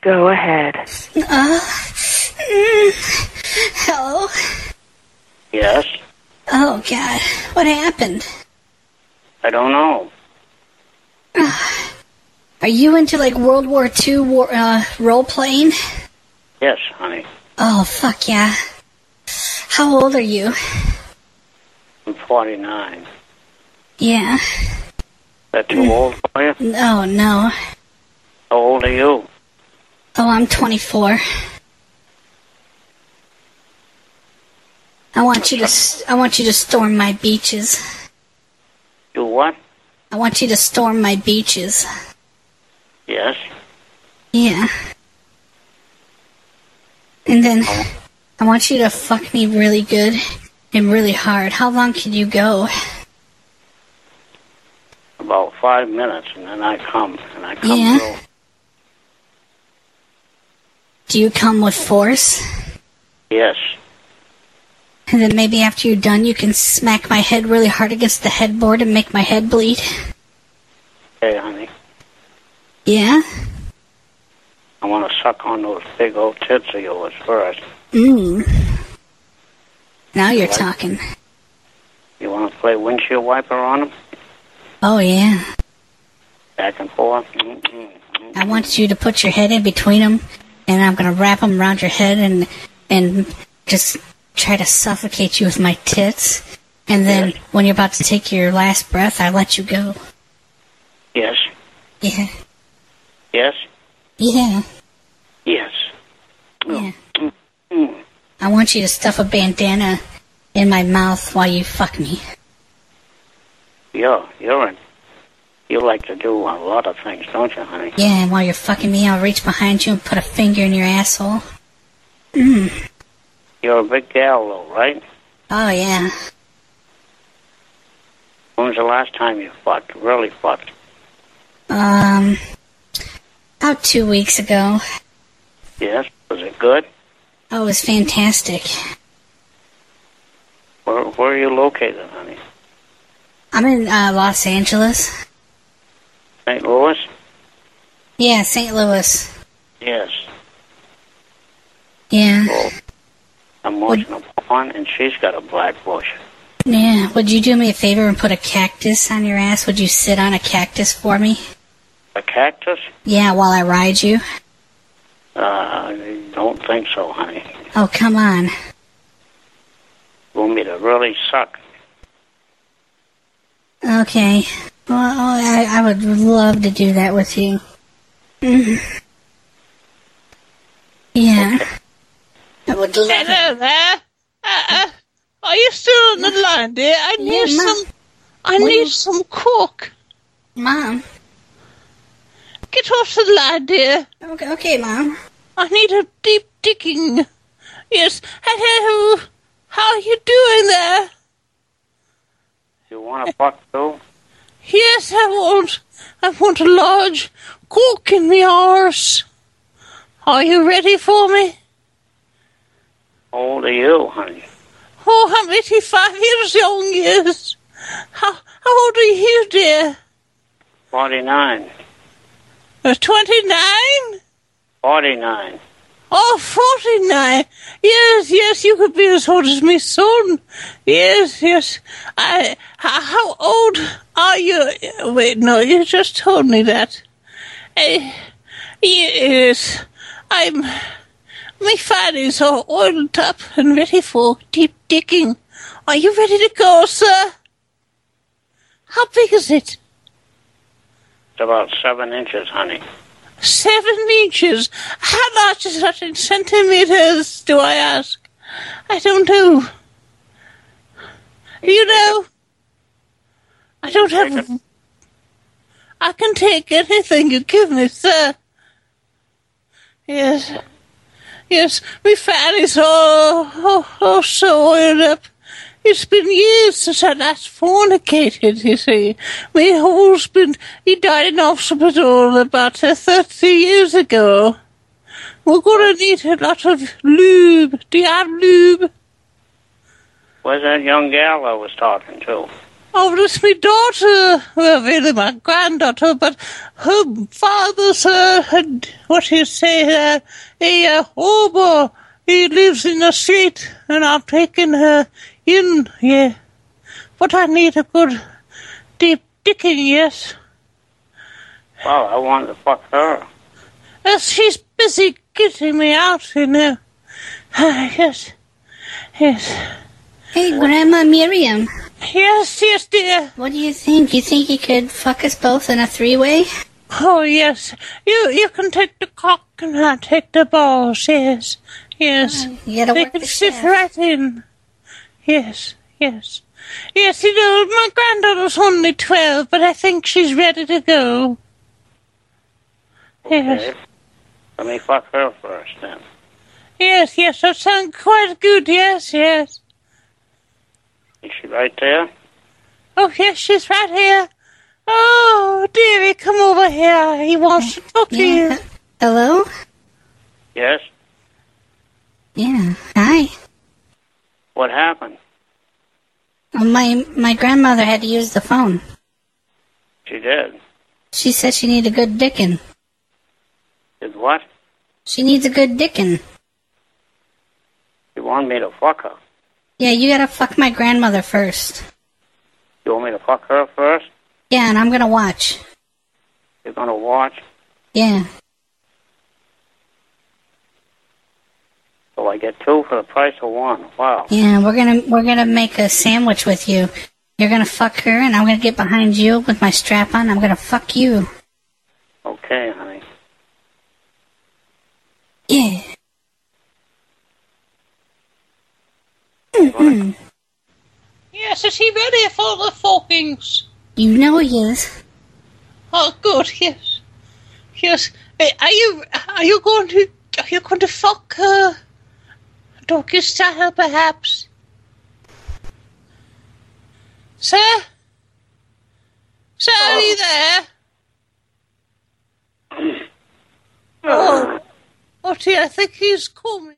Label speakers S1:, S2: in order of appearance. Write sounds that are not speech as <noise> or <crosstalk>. S1: Go ahead.
S2: Uh, mm, hello?
S3: Yes?
S2: Oh, God. What happened?
S3: I don't know.
S2: Are you into, like, World War II war, uh, role playing?
S3: Yes, honey.
S2: Oh, fuck yeah. How old are you?
S3: I'm 49.
S2: Yeah.
S3: That too
S2: <laughs>
S3: old for you?
S2: Oh, no.
S3: How old are you?
S2: Oh, I'm 24. I want you to s- I want you to storm my beaches.
S3: You what?
S2: I want you to storm my beaches.
S3: Yes.
S2: Yeah. And then I want you to fuck me really good and really hard. How long can you go?
S3: About five minutes, and then I come, and I come
S2: Yeah.
S3: through.
S2: Do you come with force?
S3: Yes.
S2: And then maybe after you're done, you can smack my head really hard against the headboard and make my head bleed?
S3: Hey, honey,
S2: Yeah?
S3: I want to suck on those big old tits of yours first.
S2: Mmm. Now you're talking.
S3: You want to play windshield wiper on them?
S2: Oh, yeah.
S3: Back and forth? Mm-mm.
S2: I want you to put your head in between them, and I'm gonna wrap them around your head and and just try to suffocate you with my tits. And then when you're about to take your last breath, I let you go.
S3: Yes.
S2: Yeah,
S3: Yes.
S2: yeah,
S3: Yes.
S2: yeah.
S3: Mm.
S2: I want you to stuff a bandana in my mouth while you fuck me.
S3: You're, you're in. You like to do a lot of things, don't you, honey?
S2: Yeah, and while you're fucking me, I'll reach behind you and put a finger in your asshole. Mm.
S3: You're a big gal, though, right?
S2: Oh yeah.
S3: When was the last time you fucked? Really fucked?
S2: Um, about two weeks ago.
S3: Yes. Was it good?
S2: Oh, it was fantastic.
S3: Where, where are you located, honey?
S2: I'm in uh, Los Angeles.
S3: St. Louis?
S2: Yeah, St. Louis.
S3: Yes.
S2: Yeah.
S3: Well, I'm watching a porn, and she's got a black bush.
S2: Yeah. Would you do me a favor and put a cactus on your ass? Would you sit on a cactus for me?
S3: A cactus?
S2: Yeah, while I ride you?
S3: Uh, I don't think so, honey.
S2: Oh, come on.
S3: You want me to really suck?
S2: Okay. Well, I, I would love to do that with you. Mhm. Yeah. I would love it.
S4: Hello there. Uh, uh, are you still on the line, dear? I need
S2: Yeah, Mum.
S4: some. I
S2: What
S4: need
S2: is-
S4: some cork.
S2: Mom.
S4: Get off the line, dear.
S2: Okay, okay, Mom.
S4: I need a deep digging. Yes. Hello. How are you doing there?
S3: You want to fuck too?
S4: Yes, I want. I want a large cork in my arse. Are you ready for me?
S3: How old are you, honey?
S4: Oh, I'm 85 years young, yes. How, how old are you, dear?
S3: 49.
S4: Uh, 29?
S3: 49.
S4: Oh, 49. Yes, yes, you could be as old as me soon. Yes, yes. I, how, how old are you? Uh, Wait, no, you just told me that. Eh, yes, I'm, my fat is all oiled up and ready for deep digging. Are you ready to go, sir? How big is it?
S3: It's about seven inches, honey.
S4: Seven inches. How large is that in centimeters, do I ask? I don't know. You know, I don't have. I can take anything you give me, sir. Yes. Yes, my fan is all, oh, oh, so oiled up. It's been years since I last fornicated, you see. My husband, he died in hospital about uh, 30 years ago. We're gonna need a lot of lube. Do you have lube?
S3: Where's that young gal I was talking to?
S4: of this my daughter, well, really my granddaughter, but her father's uh, had, what do you say, uh, a uh, oboe. He lives in the street, and I've taken her in, yeah. But I need a good deep dicking, yes.
S3: Well, I want to fuck her.
S4: Uh, she's busy getting me out, you know. Ah, yes, yes,
S2: Hey, Grandma Miriam,
S4: yes, yes, dear.
S2: what do you think? You think you could fuck us both in a three-way?
S4: Oh yes, you you can take the cock and I take the balls. Yes, yes.
S2: You gotta
S4: they
S2: work
S4: can
S2: Oh, the
S4: sit
S2: shaft.
S4: right in. Yes, yes, yes. You know, my granddaughter's only twelve, but I think she's ready to go. Yes,
S3: Okay. Let me fuck her first then.
S4: yes, yes. That sounds quite good. Yes, yes.
S3: Is she right there?
S4: Oh yes, she's right here. Oh dearie, come over here. He wants to talk to you.
S2: Yeah. Hello?
S3: Yes?
S2: Yeah. Hi.
S3: What happened?
S2: Well, my my grandmother had to use the phone.
S3: She did.
S2: She said she needed a good dickin'.
S3: Did what?
S2: She needs a good dickin'.
S3: You want me to fuck her?
S2: Yeah, you gotta fuck my grandmother first.
S3: You want me to fuck her first?
S2: Yeah, and I'm gonna watch.
S3: You're gonna watch?
S2: Yeah.
S3: So I get two for the price of one. Wow.
S2: Yeah, we're gonna we're gonna make a sandwich with you. You're gonna fuck her, and I'm gonna get behind you with my strap on. I'm gonna fuck you.
S3: Okay, honey.
S2: Yeah.
S4: Yes, is he ready for the forkings?
S2: You know he is.
S4: Oh, good. Yes, yes. Eh, Are you are you going to are you going to fuck her, doggy style, perhaps? Sir, sir, are you there? Oh, oh dear, I think he's coming.